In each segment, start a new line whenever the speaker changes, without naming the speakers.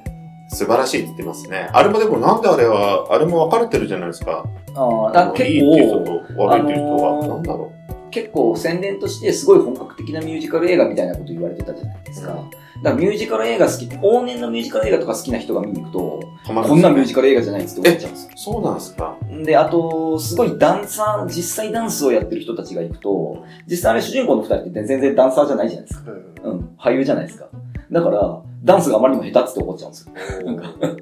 素晴らしいって言ってますね。あれもでもなんであれは、あれも分かれてるじゃないですか。
あーだから結
いいっていう人
構、
と悪いっていう人
あの
は。
ー
なんだろ
結構宣伝としてすごい本格的なミュージカル映画みたいなこと言われてたじゃないですか。
う
だからミュージカル映画好き、往年のミュージカル映画とか好きな人が見に行くと、
う。はまる
こんなミュージカ
カ
ル映画じゃないっつって思っちゃうんですよ。
ル。そうなんですか。
で、あと、すごいダンサー、実際ダンスをやってる人たちが行くと、実際あれ主人公の二人って全然ダンサーじゃないじゃないですか。
うん
うん、俳優じゃないですか。だから、ダンスがあまりにも下手っつって怒っちゃうんですよ。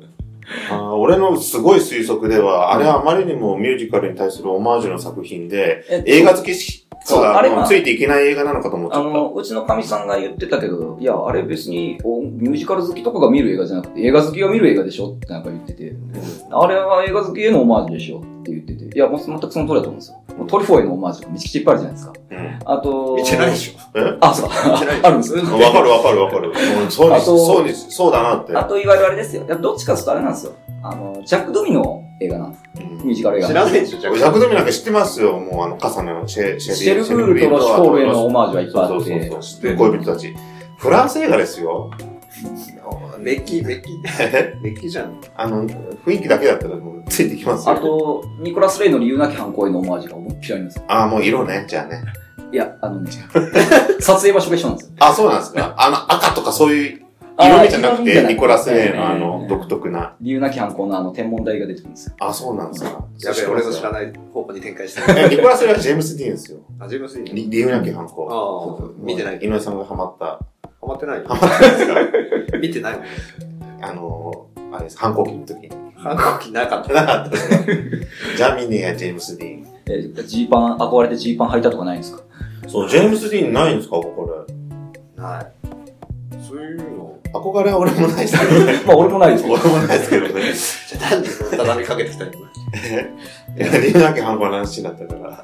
あー俺のすごい推測では、あれはあまりにもミュージカルに対するオマージュの作品で、
え
映画好きし
そう
か
あれは
ついていけない映画なのかと思っち
あ
ゃった。
の、うちのかみさんが言ってたけど、いや、あれ別におミュージカル好きとかが見る映画じゃなくて、映画好きが見る映画でしょってなんか言ってて、あれは映画好きへのオマージュでしょって言ってて、いや、もう全くその通りだと思うんですよ。もうトリュフォーへのオマージュがめちゃくちゃいっぱいあるじゃないですか。
うん
あと、
見てないでしょ。
あ、そう、
見てないでしょ
あるんですよ。
わかるわかるわかる。うんそう
あ
に、
と
そうに、そうだなって。
あといわゆるあれですよ。いやどっちかっていうとあれなんですよ。あの、ジャック・ドミの映画なんです。ミュージカル映画
知
なん
ら
で
ないでしょ、ジャ
俺、
ッ
ジャ
ク
クドミなんか知ってますよ。もう、あの、傘のシェシ
す。シェルブールとロシュトールへのオマージュはいっぱいあ
そう
っ
そう
て
そう。そう。恋人たち。フランス映画ですよ。
メッキ ー、メッキー。メッキーじゃん。
あの、雰囲気だけだったらもうついてきますよ。
あ、と、ニコラス・レイの理由なき犯行へのオマージュが思いっきりありますよ。
あーもう色ね。じゃあね。
いや、あのね、 撮影場所が一緒なんですよ。
あ、そうなんです か。あの、赤とかそういう
あー
色味じゃなく
色味じゃ
て、
ない
ニコラス・レイのあ
え
の
え、
独特な。
理由なき犯行のあの天文台が出てくるんですよ。
あ、そうなんですか。
やべえ、俺の知ら
い。
ない方向に展開して
えニコ
る。
ラス・レイはジェームス・ディーンですよ。
あ、自分すぎ
理理由なき犯
あ
行。
あ、見てない。
井上さんがハマった。
ハマってないよ
ハ。マったんですか
見てないもん。
あのー、あれです、反抗期の時に。
反抗期なかった。
なかったですかジャミネやジェームス・ディーン。
えージーパン、憧れてジーパン履いたとかないんですか
そう、ジェームス・ディーンないんですかこれ。
ない。そういうの。
憧れは俺もないですけどね。
まあ俺もないですけど。
俺もないですけどね。
じゃあなんでその畳みかけてきたの
いや、理由なきゃ半端な話だったから。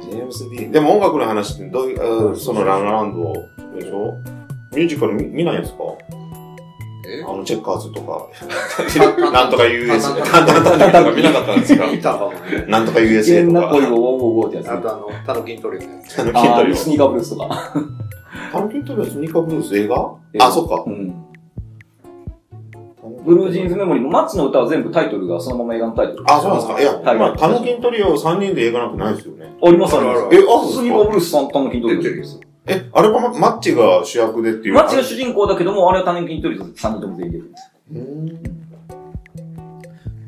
ジェームス・ディーン。でも音楽の話って、どういう、あーそのランランドでしょミュージカル見見ないんですか
え
あの、チェッカーズと か、 なんとか US、
タ
タ
ン
ン
タ
タ
ンタン
ンタ
タ
ン
ン
タンとか見なかったんですか
見たかもね。
なんとか
危
USA
険
と
な恋をウォー
か。
ウォーウォーってやつ。
あとあの、他の筋トレのやつ。
あの、筋
あ
ト
ー
レを。
スニーカーブルースとか。
タンキントレスニーカーブルース映画
映画
あ、そっか
う。ん。ブルージーンズメモリーもマッチの歌は全部タイトルがそのまま映画のタイトル。
あ、そうなんですか。いや、
はい
今、タノキントリオ3人で映画なんてないですよね。
ありますありま
あるあ
す。
る
え、あ、
ス
そう
ニ
で
ーカー
す
ブルースさん、タヌキントリ
出
オ
てるよ
え、あれはママッチが主役でっていう。
マッチが主人公だけども、あれはタヌキントリオ3人とも全員出てるんです。
うーん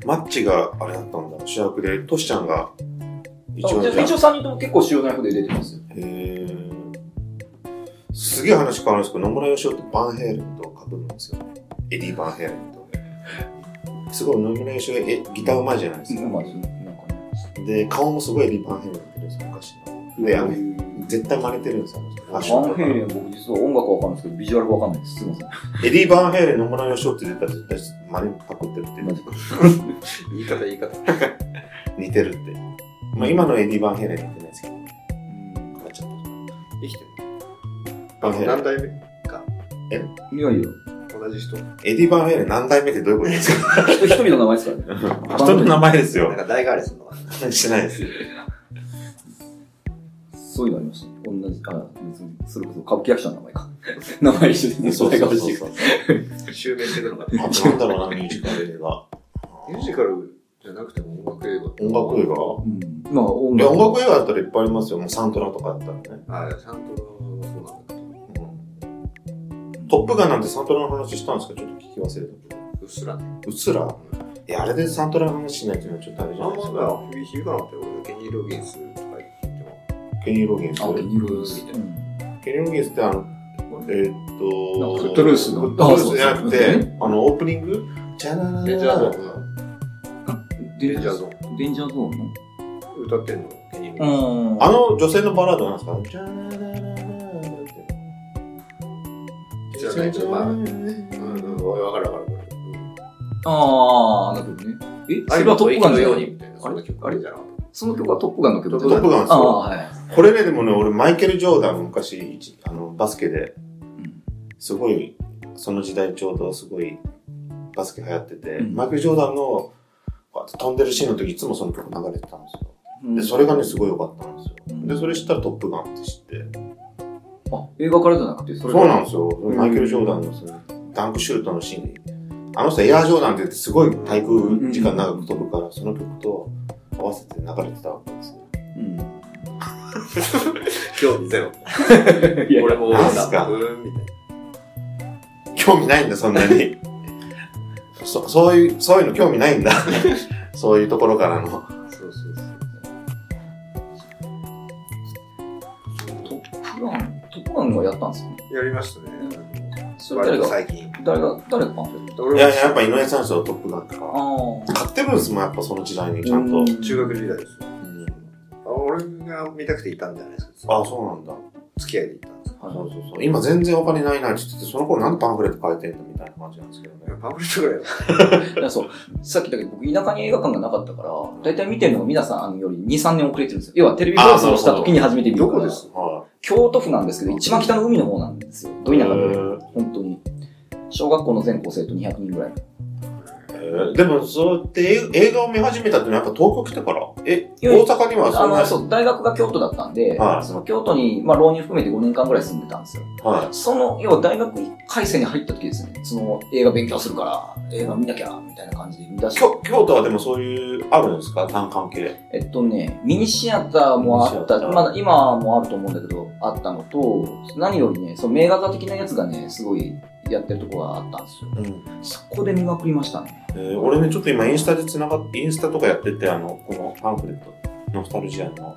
マッチがあれだったんだ。主役で、トシちゃんが一
あ
応
じ
じ
ゃあ
ゃ
一応3人とも結構主要な役で出てますよ。
へーすげえ話変わるんですけど、野村義雄ってバンヘイレンと被るんですよ。エディ・バンヘイレンと。すごい野村義雄えギターうまいじゃないですか。
まあ、なんかね。
で、顔もすごいエディ・バンヘイレンってるんですよ、昔の。で、あの、絶対真似てるんですよ、あの人
バンヘイレン、僕実は音楽はわかるんですけど、ビジュアルがわかんないです。すいません。
エディ・バンヘイレン、野村義雄って出たら絶対真似パクってるって
マジか
言い方言い方。
似てるって。まあ今のエディ・バンヘイレン似てないですけど、変わっちゃっ
生きてる。
た。バンヘイレン
何。代目
いやいや、
同じ人。な
エディ・バンヘイレン何代目ってどういうことです か
人一人の名前ですからね。
人の名前です
ん
よ。
か代替わりするのか
しないです。
そういうのありましたね。同じ、あ、別に、それこそ歌舞伎役者の名前か。名前一緒ですね。
そうそうそう
そ
そう。
な襲名していくのかな
あとなんだろうな、ミュージカル映画。
ミュージカルじゃなくても音楽映画。
音楽映画
うん。まあ、音
い
楽。
や、音楽映画だったらいっぱいありますよ。もうサントラとかだったらね。
ああ、ちゃんとそうなんだ。
トップガンなんてサントラの話したんですかちょっと聞き忘れたけど。
うっすらね。
うっすらいや、あれでサントラの話しないっていうのはちょっとあれじゃ
あ
なんいです
ま
か。
だ響かなかったよ。俺、ケニー・ロゲンスとか言っても。
ケニー・ロゲンス。
あ、ニュース。
ケニー・ロゲンスってあの、えーっと、
フットルースの
フットルースじゃ
あ
な
そうそう
くて、あの、オープニングじゃな
レジャーゾーンの。
デ
レ
ン
ジ
ジ
ャ
ャ
ー
ーゾ
ゾー
ーン。デンジャーゾーンの
ン。歌ってんの、ケニー・ロゲンス。
うん。
あの女性のバラードなんですかじゃな
じゃないけどまあうんうん、わかるわかるわかる。うん
あー、なるほどね。え、それはトップガン
の
じゃ
よ
な
うに
い
みたいな。
あ
そ
れ
んな曲あれじゃなかった
その曲はトップガンの曲
トップガンです
あ
よ。
あー、はい。
これね、でもね、俺、マイケル・ジョーダン、昔、一あの、バスケで、
ん
すごい、その時代ちょうどすごい、バスケ流行ってて、
うん
マイケル・ジョーダンの、こうやって飛んでるシーンの時、いつもその曲流れてたんですよ。
うん
で、それがね、すごい良かったんですよ。
うん
で、それ知ったらトップガンって知って。
あ、映画からじゃなくて、そ
そ
れ
うなん
で
ですよ。マイケル・ジョーダンのその、ダンクシュートのシーンに、あの人エアー・ジョーダンって言ってすごい滞空時間長く飛ぶから、その曲と合わせて流れてたわけですよ。
興味ゼロ。
いや
俺も、
なんすか
うーん、みたいな。
興味ないんだ、そんな に。そそういう、そういうの興味ないんだ。 そういうところからの。
そうそうそう。
トップガン、トップガンがやったんですよね。
やりましたね。
それ
割
誰
と
が、
最近。
誰が、誰がパンフレット
い
俺
や
はい
や、やっぱ井上さんですよ、トップガンとか。
あ
買ってるんですもん、やっぱその時代に、ちゃんと。
中学時代ですよ。
うん
あ俺が見たくていたんじゃないですか。
あ、そうなんだ。
付き合いで行ったんです
あ。
そ
は
うそうそう。今全然お金ないなって言ってて、その頃なんでパンフレット書いてんだみたいな感じなんですけどね
よ。。パンフレットぐらいだった
い。だからそう、さっきだけど僕、田舎に映画館がなかったから、大体見てるのが皆さんより2、3年遅れてるんですよ。要はテレビ放送した時に初めて見る
ど
から。
こです
は
京都府なんですけど、一番北の海の方なんですよ。ど
い。
田舎で。
え
本当に。小学校の全校生徒200人ぐらい。
ーでも、そうやって映映画を見始めたってのはやっぱ東京来てから。え、
いやいや
大阪には
あ
そんな
の、そう、大学が京都だったんで、
はい
その京都に、まあ、浪人含めて5年間ぐらい住んでたんですよ。
は
その、要は大学1回生に入った時ですね、その映画勉強するから、映画見なきゃ、みたいな感じで見出
い。
して、
京京都はでもそういう、あるんですか単関係。
えっとね、ミニシアターもあった
ミニシアタ、ー
まだ今もあると思うんだけど、あったのと、何よりね、その名画座的なやつがね、すごいやってるとこがあったんですよ。
うん。
そこで見まくりましたね。
えー俺ね、ちょっと今インスタでつながっインスタとかやってて、あの、このパンフレット、ノスタルジアの。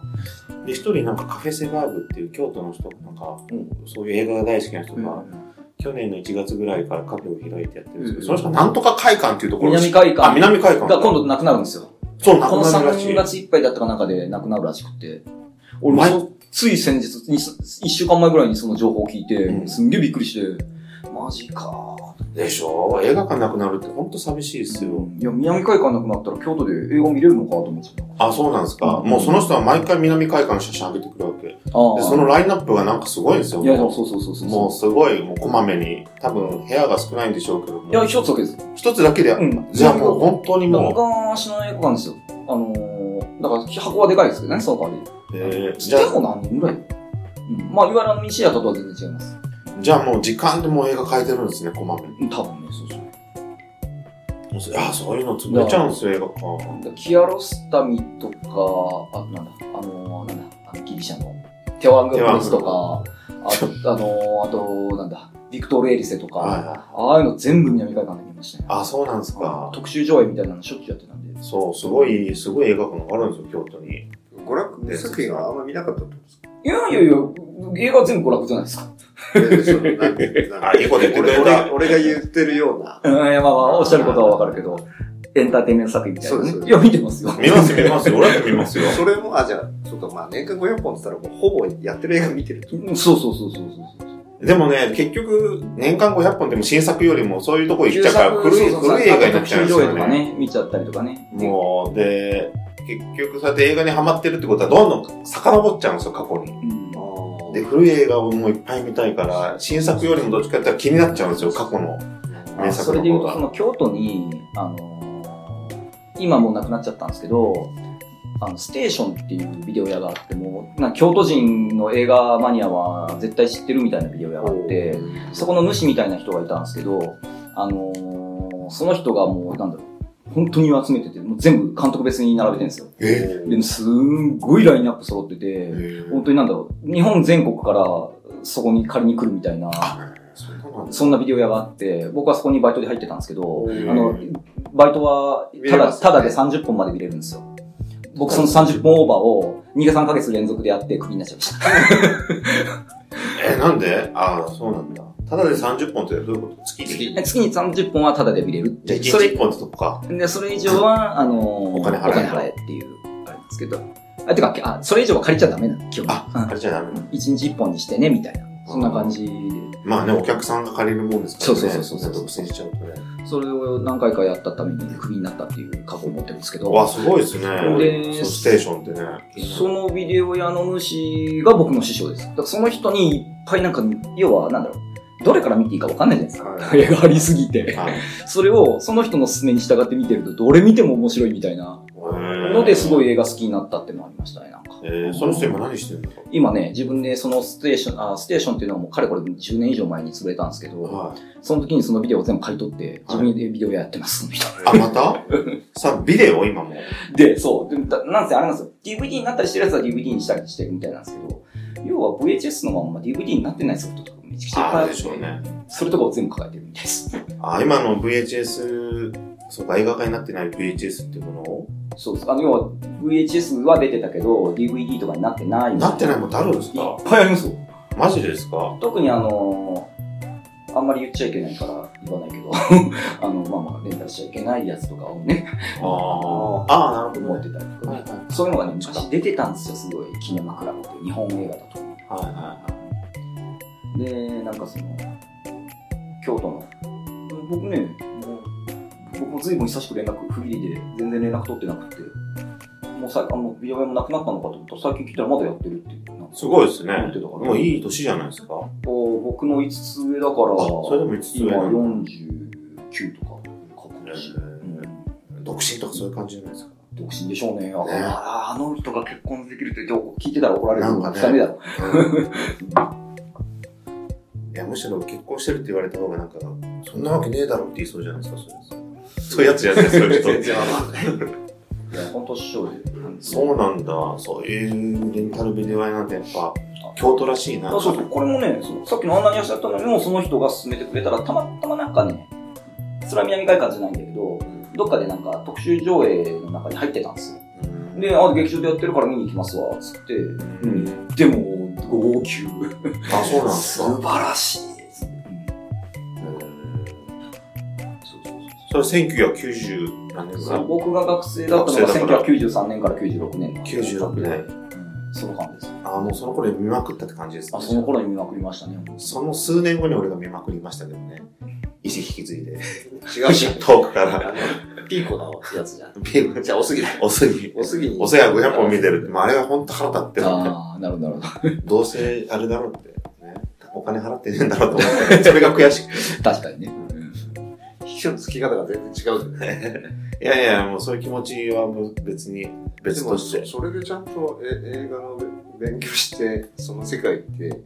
で、一人なんかカフェセバーブっていう京都の人、なんか、
うん
そういう映画が大好きな人が、
うん
去年の1月ぐらいからカフェを開いてやってるんですけど、
うん
その人がなんとか会館っていうところ
南海
あ、
館が
南海館。
今度なくなるんですよ。
そう、な
こ
く
の
なるらし
3
い。
月いっぱいだったか中でなくなるらしくて。俺も
前
そつい先日、に1週間前ぐらいにその情報を聞いて、
うん
すんげえびっくりして、マジか
でしょ映画館なくなるってほんと寂しいですよ。
いや、南海館なくなったら京都で映画見れるのかと思ってた。
あ、そうなんですか、
うん
もうその人は毎回南海館の写真上げてくるわけ。で、
あ
そのラインナップがなんかすごいんですよ。
いや、そうそうそうそうそう。
もうすごい、もうこまめに。多分部屋が少ないんでしょうけども。
いや、一つだけです。
一つだけで、
うん。
じゃあもう本当に
だから
も
昔の映画館ですよ。あのー、だから箱はでかいですけどね、その代わり。
う、えーじ
で
ゃ
も何人ぐらいうん。まあ、いわゆるあのミニシアターとは全然違います。
あ、じゃあもう時間でもう映画変えてるんですね、こまめに。
うん多分ね、そうそう。
いや、そういうの潰れちゃうんですよ、映画館。
キアロスタミとか、あ、なんだ、あのー、なんだ、あのギリシャのテオアングプレスとか、あと、あのー、あと、なんだ、ビクトール・エリセとか、
はいはい
ああいうの全部南海館で見ましたね。
あ、そうなんですか。
特集上映みたいなのしょっちゅうやってたんで。
そう、すごい、すごい映画館があるんですよ、京都に。
娯楽作品はあんま見なかったと思うんですか
いやいやいや、映画全部娯楽じゃないですか。
えそのなんてなんか
あいいこと言ってくれた
俺俺俺が言ってるような。
うん、いやまあまあ、おっしゃることはわかるけど、エンターテインメント作品みたいな、ね。
そうです
いや、見てますよ。
見ます、見ます。俺だって見ますよ。
それも、あ、じゃあ、ちょっとまあ、年間500本って言ったら、もうほぼやってる映画見てると。
うんそうそうそうそうそうそう。
でもね、結局、年間500本でも新作よりもそういうとこ行っちゃうから、古い、
そうそうそう
古い映画になっちゃうんです
あと特集上映と
よ
か
ね。
ね、見ちゃったりとかね。
もう、で、結局そうやって映画にハマってるってことは、どんどん遡っちゃうんですよ、過去に。
うん
で、古い映画をもういっぱい見たいから、新作よりもどっちかって言ったら気になっちゃうんですよ、過去の。名
そ
作
れ
の
で言う
方
と、そ
が。
の京都に、あのー今もうなくなっちゃったんですけど、あのステーションっていうビデオ屋があっても、なんか京都人の映画マニアは絶対知ってるみたいなビデオ屋があって、そこの主みたいな人がいたんですけど、あのーその人がもう、なんだろう、本当に集めてて、もう全部監督別に並べてるんですよ。
え
でも、すんごいラインナップ揃ってて、本当になんだろう、日本全国からそこに借りに来るみたいな、
そんなのあ
そんなビデオ屋があって、僕はそこにバイトで入ってたんですけど、
うん
あの、バイトは
見、れ
た
ま
だ、
す
ただで30本まで見れるんですよ。僕その30本オーバーを2か3ヶ月連続でやってクビになっちゃいました。
え、なんでああ、そうなんだ。ただで30本ってどういうこと月
月
に
月に30本はただで見れるっ
じゃあ
て。
1
そ
日
れ
1、本ってとこか。
で、それ以上は、あのー、お
金払え
えっていう、あれなんですけど。あ、てか、あ、それ以上は借りちゃダメなの、基本。
あ、あれじゃダメな
う
の
ん一日一本にしてね、みたいな。そんな感じで。
まあね、お客さんが借りるもんですからね。
そうそうそうそう
独占しちゃうとね。
それを何回かやったためにクビになったっていう過去を持ってるんですけど。
わ、すごいですね。
で
そうステーションってね。
そのビデオ屋の主が僕の師匠です。だからその人にいっぱいなんか、要はなんだろう、どれから見ていいかわかんないじゃないですか。
は
映画ありすぎて。
はい
それをその人の勧めに従って見てると、どれ見ても面白いみたいなのですご
い。
い映画好きになったっていうのもありましたね、なんか。
えー、その人今何してるんだろ
今ね、自分でそのステーション、あステーションっていうのはもうかれこれ10年以上前に潰れたんですけ
う
ど、
はい。
その時にそのビデオを全部買い取って、自分でビデオ屋やってます、みたいな。
あ、またさ、ビデオ今も。
で、そう。でだなんせあれなんですよ。DVD になったりしてるやつは DVD にしたりしてるみたいなんですけど、要は VHS のまんま DVD になってないソフトとかめちゃくちゃいっぱい
あ
あ
る
っ
で
て
しょうね。
それとかを全部抱えてるみたいです。
あ、今の VHS、そうか、映画化になってない VHS っていうものを
そうです。あの、要は VHS は出てたけど、DVD とかになってないみた
なってないもんってあるんです
い
か
っぱいありますよ。
マジですか
特にあのーあんまり言っちゃいけないから言わないけど、 あの、まあまあ、レンタルしちゃいけないやつとかをね、
ああ。ああ、なる
持
ほ
っ
ど。
てたりとか
はい
ね
はい。はい
そういうのがね、昔出てたんですよ、すごい。キネマクラブっていう日本映画だと。
は
で、なんかその、京都の、僕ね、もう、僕も随分久しく連絡、フリーで全然連絡取ってなくて、もうさあの、美容屋もなくなったのかと思ったら、最近来たらまだやってるっていう。なん
い。
か
すごいですね
思ってた。から
もういい年じゃないですか
こう僕の5つ上だから、
あそれでも5つ上
今
なんだ
49とか、確認、うん
独身とかそういう感じじゃないですか。
独身でしょうね。あ
ね
ああの人が結婚できるってどう聞いてたら怒られる
な
の
んか
が
ね
ダメだろ。
いや、むしろ結婚してるって言われた方がなんか、そんなわけねえだろって言いそうじゃないですか、そういうそういうやつじゃないですか、そういう 人。
いや、本当師匠で。う
そうなんだ。そういうレンタルビデオ屋なんてやっぱ、京都らしいな。
あそうそう、これもね、そのさっきの案内にしゃったのにも、その人が勧めてくれたら、たまたまなんかね、それは南海館じゃないんだけど、どっかでなんか特集上映の中に入ってたんですよ。
うん
で、あ、劇場でやってるから見に行きますわ、つって。
うん
でも、号泣。
あ、そうなんです
素
か。
晴らしい。
それ1990何年
そ
か
う僕が学生だったの
学生だか
が
ら
1993年から96年なんで。
96年。
うん。その間です。
あ、もうその頃に見まくったって感じですね
あ、その頃に見まくりま したね。
その数年後に俺が見まくりましたけどね。意識引き継いで。
違うし、
遠くから。
あの、ピーコのやつじゃん。
ビーム
じゃあ、おすぎだ。
おすぎ。
おすぎに。
おせや500本見てるって、まあ、あれは本当腹立ってるんで
ああ、なるほど、なるほど。
どうせあれだろうって、ね、お金払ってねえんだろうと思って、それが悔しく
確かにね。
秘書の付き方が全然違うじゃない
いやいや、もうそういう気持ちはもう別に、別として。
それでちゃんとえ映画のべ勉強して、その世界って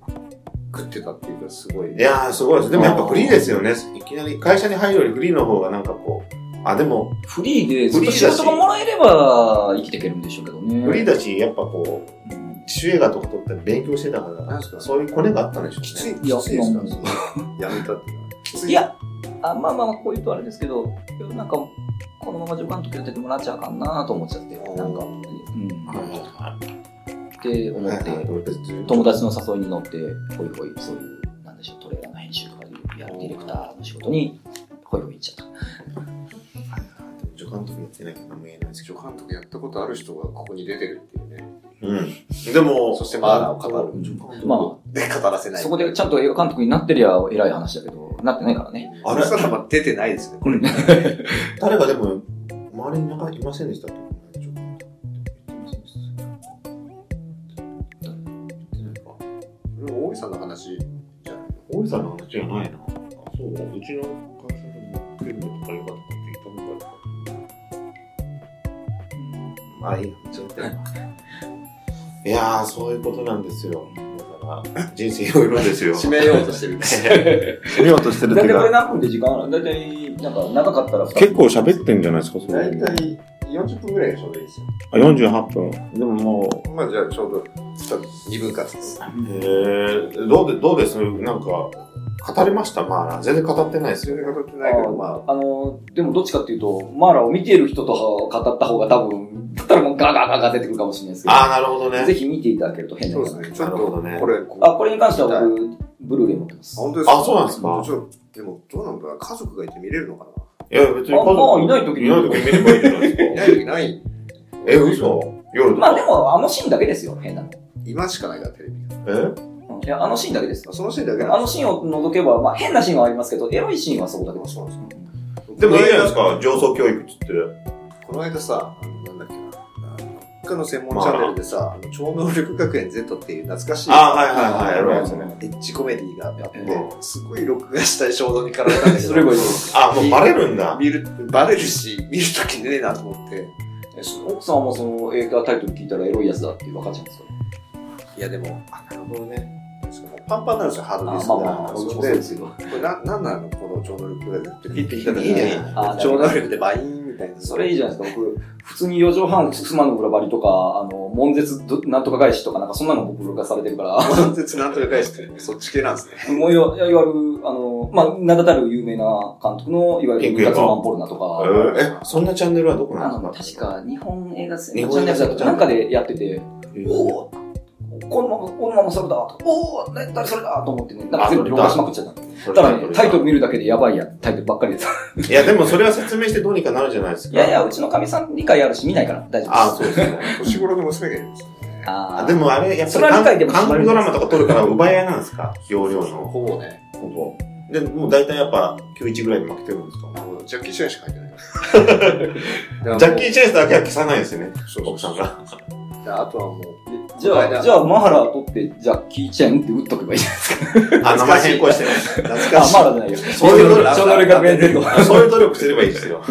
食ってたっていうか、すごい。
いやー、すごいです。でもやっぱフリーですよね。いきなり会社に入るよりフリーの方がなんかこう、あ、でも、
フリーでずっと仕事がもらえれば生きていけるんでしょうけどね。
フリーだし、やっぱこう、
うん
自主映画とか撮って勉強してたから、
なんすか
そういうコネがあったんでしょうね。
きつい、きつ
いや
いですか
うん
やめたっていうのは。きつ
いや、あまあまあ、こういうとあれですけど、なんか、このまま助監督やっててもらっちゃあかんなと思っちゃって、なんか、うん、って思
はい
っ
はい
て、
俺たち
友達の誘いに乗って、ほいほい、そういう、なんでしょう、トレーラーの編集とかいう、やるディレクターの仕事に、ほいほい行っちゃった。
助監督やってないから何も言えないですけ
助監督やったことある人がここに出てるっていうね。
ど。うん。でも、
そしてマナーを語る
助監督
ま
で、語らせ
あ、
ない。
そこでちゃんと映画監督になってりゃ偉い話だけど、なってないからね。
あ
あ
れ
れそしたらまあ出てないですね。これ
誰かでも、周りになんかいませんでしたっけ助監督って言ってませんでした
それ大井さんの話じゃない
大井さんの話じゃないな。あそう、うちの会社でも、フィルムとか良かったって言ったことあるまあいいや、ちょっと。いやー、そういうことなんですよ。だから、人生いろいろ ですよ。
締めようとしてる。
締めようとしてるっ
だ
て
い
い
た
う
いこれ
か、
何分で時間あるだいたい、なんか長かったら
結構喋ってんじゃないですか、そ
大
れ。
体40分ぐらいでちょうどいいですよ。
あ、48分。でもも
まあじゃあちょうど2分割です。
えー、どうで、どうですなんか、語れましたマーラー。全然語ってないです
全
よ。
然語ってないけど、まあ、
あの、でもどっちかっていうと、マーラを見ている人と語った方が多分、だったらもうガーガーガーガー出てくるかもしれないですけど、
ああ、なるほどね。
ぜひ見ていただけると変な
そう
感
で
じ
すね。ちょっ
なるほど
と、
ね
これ、
あ、これに関しては
あ
僕、ブルーレイ持ってます。
本当ですか
あそうなんですか
ちょっとでも、どうなんだろう家族がいて見れるのかない
や、別に
あまあいない時に
いない時に見ればいいんじゃない
いな
で すか。
い、いない。
え、嘘夜と
まあで
か。
も、あのシーンだけですよ、変なの。
今しかないから、テレビが。
え
うんいや、あのシーンだけですよ。
そのシーンだけ
あのシーンを除けば、まあ変なシーンはありますけど、エロいシーンはそこだけ
あ
です。
そうなんですか
でもいいじゃないですか。上層教育っつって。
この間さ、あのなんだっけな、あのどっかの専門チャンネルでさ、あの超能力学園 Z っていう懐かしい
ああ、はいはいはい。
エ
や
ロ
る
い
やつね。
エッジコメディがあって、
う
すごい録画したい衝動に駆られたんだけど、
それがいい
あ、もうバレるんだ。
見る、バレるし、見るときねえなと思って。
えそ奥さんもその映画タイトル聞いたらエロいやつだって分かっちゃうんですか
いやでも、
あなるほどね。
パンパンなんですよ、ハードディス
まあ
ク
まあまあ、僕もそうで
が。
すけど。
それで、これな、なんなのこの超能力がってピッて
い
き
い
たとき
ね
に、。
あー
超能力でバイーンみたいな。
それいいじゃないですか、僕、普通に4畳半、妻の裏張りとか、あの、悶絶ど、なんとか返しとか、なんかそんなの僕、録画されてるから、
関節なんとか返して、そっち系なんですね。
もういわいわゆる、あの、まあ、名だたる有名な監督の、いわ
ピ
ゆ
ン
る
ク
ル
映画
カツマンポルナと
え
か、
ーえ、そんなチャンネルはどこ
あ
なん
の、
で
確
すか
か日本映画制
日
作チャン
本映
ネ
画制作
ルなんかでやってて、
えー
おおこのまま、このままそれだと、おお誰それだと思ってね、なんか全部録画しまくっちゃった。
それ
ただね、タイトル見るだけでやばいや、タイトルばっかりです。
いや、でもそれは説明してどうにかなるじゃないですか。
い やいや、うちのかみさん理解あるし、見ないから大丈
あ
夫
そうですね。
年頃の娘がいるんですよね。
です。あ
あ、で、もあれ、やっ
それは理
ぱ
解で
り
も
韓国ドラマとか撮るから奪い合いなんですか容量の。
ほぼね、
ほぼ。で、もう大体やっぱ91ぐらいに負けてるんですか
あのジャッキー・シェンしか入ってない。
ジャッキー・チェイスだけは消さないですよね、
そうそう
奥さん が。
であとはもう、
じゃあ、じゃあ、マハラ取って、じゃあ、キーチェンって打っとけばいいじゃないですか。
あ、名前変更してね。
懐
あ
か、しい。
マハラじゃないよ。
そういうことだ
超能力学園ゼロ。
そういう努力すればいいですよ。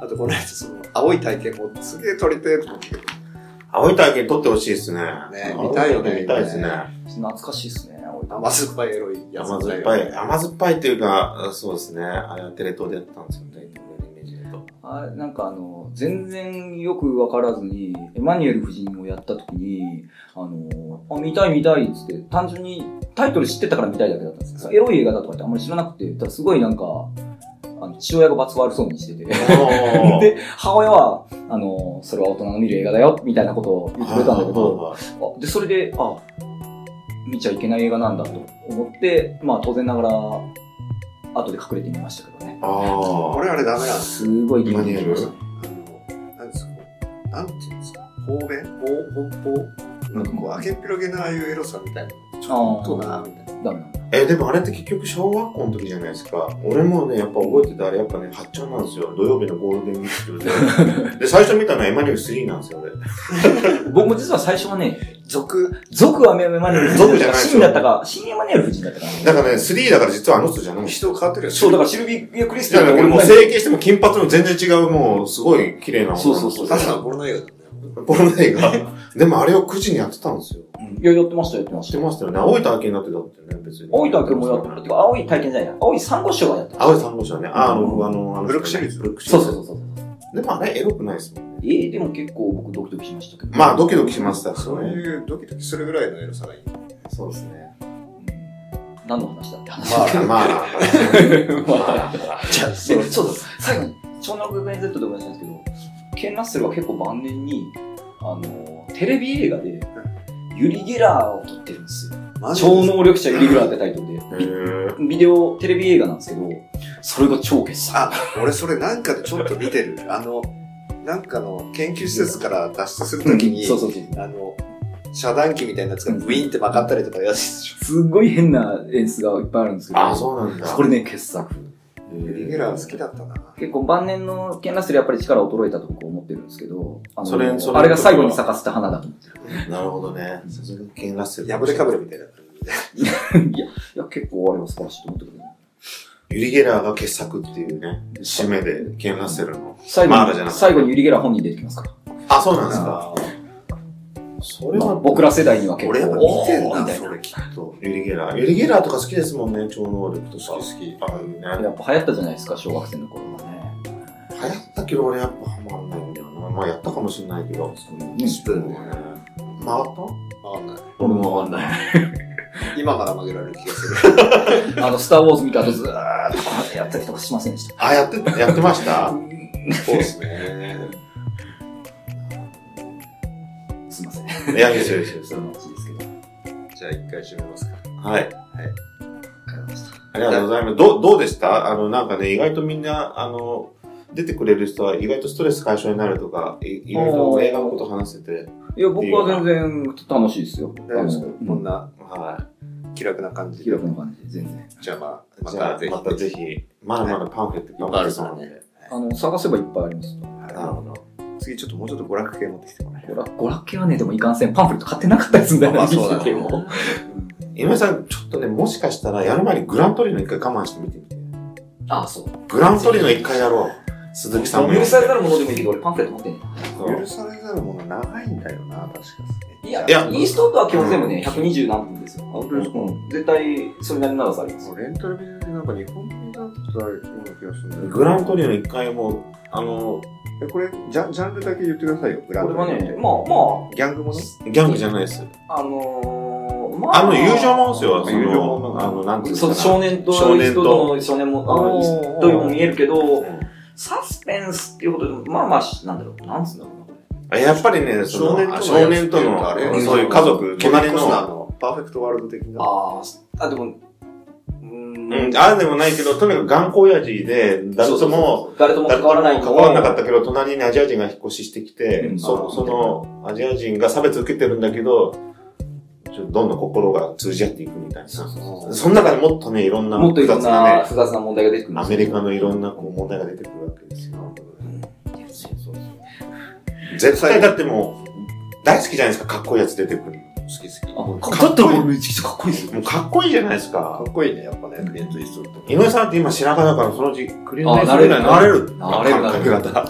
あとこの間、その、青い体験もすげえ撮りてえと思ってけど。
青い体験撮ってほしいですね。
ね見たいよね
見たいですね。
懐かしいっすね、
甘酸っぱいエロいやつ
甘
だ
酸っ
よ
ぱい。甘酸っぱいっていうか、そうですね。あれはテレ東でやったんですよね。イメージだと
あれ、なんかあの、全然よくわからずに、エマニュエル夫人をやった時に、あの、あ、見たい見たいっつって、単純にタイトル知ってたから見たいだけだったんですよエロい映画だとかってあんまり知らなくて、ただすごいなんか、あの父親が罰悪そうにしてて。
お ー
で、母親は、あの、それは大人の見る映画だよ、みたいなことを言ってくれたんだけど、
はいはいはいはい
あで、それで、あ、見ちゃいけない映画なんだと思って、まあ当然ながら、後で隠れてみましたけどね。
あ
俺あれダメなんです
すごい疑問になりましたね。
あの、なんですか、なんていうんですか、方面方奔放なんかこう、あけっぴろげなああいうエロさみたいな。ちょっとな、みたいな。
ダメなんだ。
ーえ、でもあれって結局小学校の時じゃないですか。俺もね、やっぱ覚えてたあれ、やっぱね、八ちゃんなんですよ。土曜日のゴールデンウィーク中で。で、最初見たのはエマニュエル3なんですよ、俺。
僕も実は最初はね、
俗、
族はメメマネル夫人だったか、
族
シ
じ
ン
ゃない
だったか、シンエマネル夫人だったか
だからね、3だから実はあの人じゃないんですよ
人変わってるよ。
そう、だからシルビア・クリス
じゃ
タ
あ
ル
ね、
が俺
俺も
も
う整形しても金髪も全然違う、もうすごい綺麗な女の子。
そうそうそう
た だのボロの映画だったよ。
ボロネイが。でもあれを9時にやってたんです
う
よ。
んいや、やってましたよ、やってま
知
し
って
た。
ましたよね。青い体験になってたってね、別に。
青い体験もやってた。てか、青い体験じゃないな。青い珊瑚礁はやってた。
青い三号車ね。あ、あの、あの、あの、
ブルックシリーズ
ブルックシ
そ
リー
う
ズ。
そうそうそう。
でもあれ、エロくないですもんね。
えー、でも結構僕ドキドキしましたけど。
まあ、ドキドキしました
そういうドキドキするぐらいのエロさがいい。
そうですね。
うん何の話だって話
まあ、 まあ、
じゃあ、 そうそうだ、最後に、超能力学園 Z でお願いしたいんですけど、ケン・ナッセルは結構晩年に、あの、テレビ映画で、ユリ・ゲラーを撮ってるんですよ。
マ
超能力者ユリ・ゲラーってタイトルで、
へえ。
ビビデオ、テレビ映画なんですけど、それが超傑作。
あ、俺それなんかでちょっと見てる。あの、なんかの研究施設から脱出するときに、
そうそうそう。
あの、遮断機みたいなやつがブイーンって曲がったりとかやつでしょ。
すっごい変な演出がいっぱいあるんですけど、
あ、そうなんだ。
これね、傑作。
ユリゲラー好きだったな。
結構晩年のケン・ナッセルやっぱり力衰えたと僕思ってるんですけど、あの
それそれ
あれが最後に咲かせた花だと思ってる。
なるほどね。さすがケンラッセル。
破れかぶれみたいな。
いや、いや結構あれは素晴らしいと思ってるけどね。
ユリ・ゲラーが傑作っていうね、締めで、ケンラッセルの。
最後
マーラじゃな
に、
くて
最後にユリゲラ本人出てきますから。
あ、そうなんですか。それ
まあ
は
僕ら世代には結構。
俺やっぱ見てん
おーみ
な、
たいな
それきっと。
ユリ・ゲラー。ユリ・ゲラーとか好きですもんね、超能力とか。
好き好き。
ああいうね。
やっぱ流行ったじゃないですか、小学生の頃はね。
流行ったけど俺やっぱハマんないんだよな。まあやったかもしれないけど。
ね
スプーンね。
回った
わかんない。
俺もわかんない。
今なら曲げられる気がする。
あの、スターウォーズ見た後ずーっとこうやってやったりとかしませんでした。
あ、やって、やってました
そうですね。
すいません。
いや、いいですよ、いいですよいいです
そ
よ
れ。も話ですけど。
じゃあ一回締めますか。
はい。
わかりました。
ありがとうございます。どう、どうでしたあの、なんかね、意外とみんな、あの、出てくれる人は意外とストレス解消になるとか、い意外と映画のこと話せて、
いや、僕は全然楽しいですよ。
大丈夫ですか
あの
こんな
は
気楽な感じ
気
で。
楽な感じ、全然。
じゃあまあ、
い。
ま
じゃ
た
あ
ぜ、ひ。
またぜひ、まだまだパンフレット頑張ってそうなんで。
あの、探せばいっぱいあります。
はい
なるほど。
次ちょっともうちょっと娯楽系持ってきてもらえ
娯楽娯楽系はね、でもいかんせん、パンフレット買ってなかったやつみたいな。
まあそうだね
見てても
井上さん、ちょっとね、もしかしたらやる前にグラントリーの一回我慢してみてみて。
ああ、そう。
グラントリーの一回やろう。鈴木さんも。
許されたらものでもいいけど、俺パンフレット持ってんね
そう
許されざるもの長いんだよな、確か
いや、
いや
インストートは基本全部ね、120何分ですよ。
本当ですか
うん絶対、それなりの長さあります
もう。レンタルビデオでなんか日本のだったような気がするんだけど
グラントリーの一回もう、あの、
えこれジャン、ジャンルだけ言ってくださいよ、グラン
こ
ト
れ
リ
は
ー
ね、まあま
ギャングもの
ギャングじゃないです。
あ、あのー、ま
あの、友情もんですよ。その
友情もんな
あの、なんていうんです
そ
か
う
ね。
少年と
少年と
インストの少年も、あ
お
の、
ー
インストにも見えるけど、
う
サスペンスっていうことで、まあまあ、なんだろう、なんつうんだろうな、これ。
んやっぱりね、そのあ
少
少
年
年
と
と
の
の
やつっていうとあれ、
そういう家族、隣
コスナー
の、
のパーフェクトワールド的な。
あーあ、でも、うーん
うん、ああでもないけど、とにかく頑固親父で、誰とも、、
誰とも関
誰とも
わらない
関わらなか
っ
ったけど、隣にアジア人が引っ越ししてきて、
うん
そその、アジア人が差別受けてるんだけど、ちょっとどんどん心が通じ合っていくみたいな。その中でもっとね、いろんな
もっといろんな
ね、
複雑な問題が出てくるんで
ア
す
メ
よ
リカのいろんなこう問題が出てくるわけですよ。
うんそうそうそう
絶対だってもう、大好きじゃないですか、かっこいいやつ出てくるの。
好き好き。
あ、
かだったら俺
めちゃくちゃかっこいいです
もうかっこいいじゃないですか
か。っこいいね、やっぱね、クリエイトイスト
井上さんって今白髪だからそのうちクリーム
あ
ネスぐらい
な
な
れ
れ
る
る。
なれるなれる
髪型。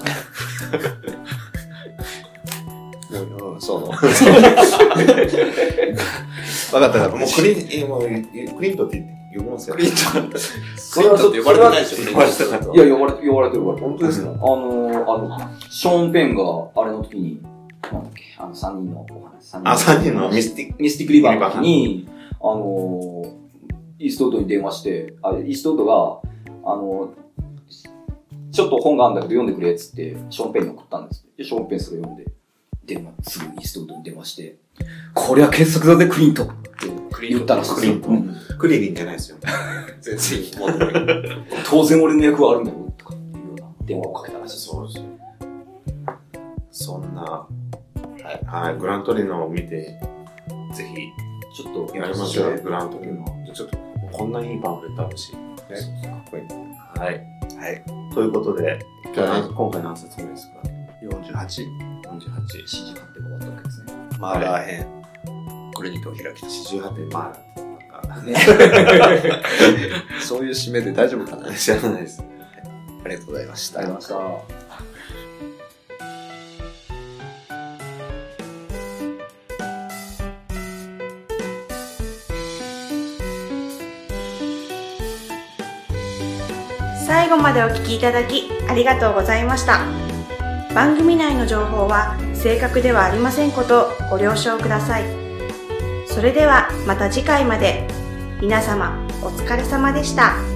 うん、そう。 わかったわかった。
もうクリン、えもうクリントって呼びますよ。
クリエイト、
そ
クリエ
れ
イ
は
トって呼ばれてないでしょ、
呼ばれてない
いや、呼ばれて、呼ばれてる、呼ばれてる。
本当ですか
あのー、あの、ショーン・ペンが、あれの時に、なんだっけ、あの、三人のお話、三
あ、3人のミスティック。
ミスティック・リバーの時に、あのー、イーストウッドに電話して、あイーストウッドが、あのー、ちょっと本があるんだけど読んでくれっつって、ショーン・ペンに送ったんです。で、ショーン・ペンそれ読んで、電話、すぐイーストウッドに電話して、こりゃ傑作だぜ、クリントって言ったらしいですよ
クリント
うん
クリリンじゃないですよ。
全然持ってない。
当然俺の役はあるんだよ、とかいうような電話をかけたらしいです。
そうですよ。そんな、はい、はい、グラントリノを見て、ぜひ
ちょっと、
やりましょ
そう
う、グラントリノ。
ちょっと、
こんなにいいパンフレットあるし。
かっこいい。
は
は
い。
い。
ということで、今日
はい
何今回何冊目ですか
48。
?48
指。示判定が終わったわけですね。
マーラー編。これにてお開きと。
48点、まあ、なんか、
そういう締めで大丈夫かな
知らないです。
ありがとうございまし
ありがとうございました。
最後までお聞きいただきありがとうございました番組内の情報は正確ではありませんことをご了承くださいそれではまた次回まで皆様お疲れ様でした。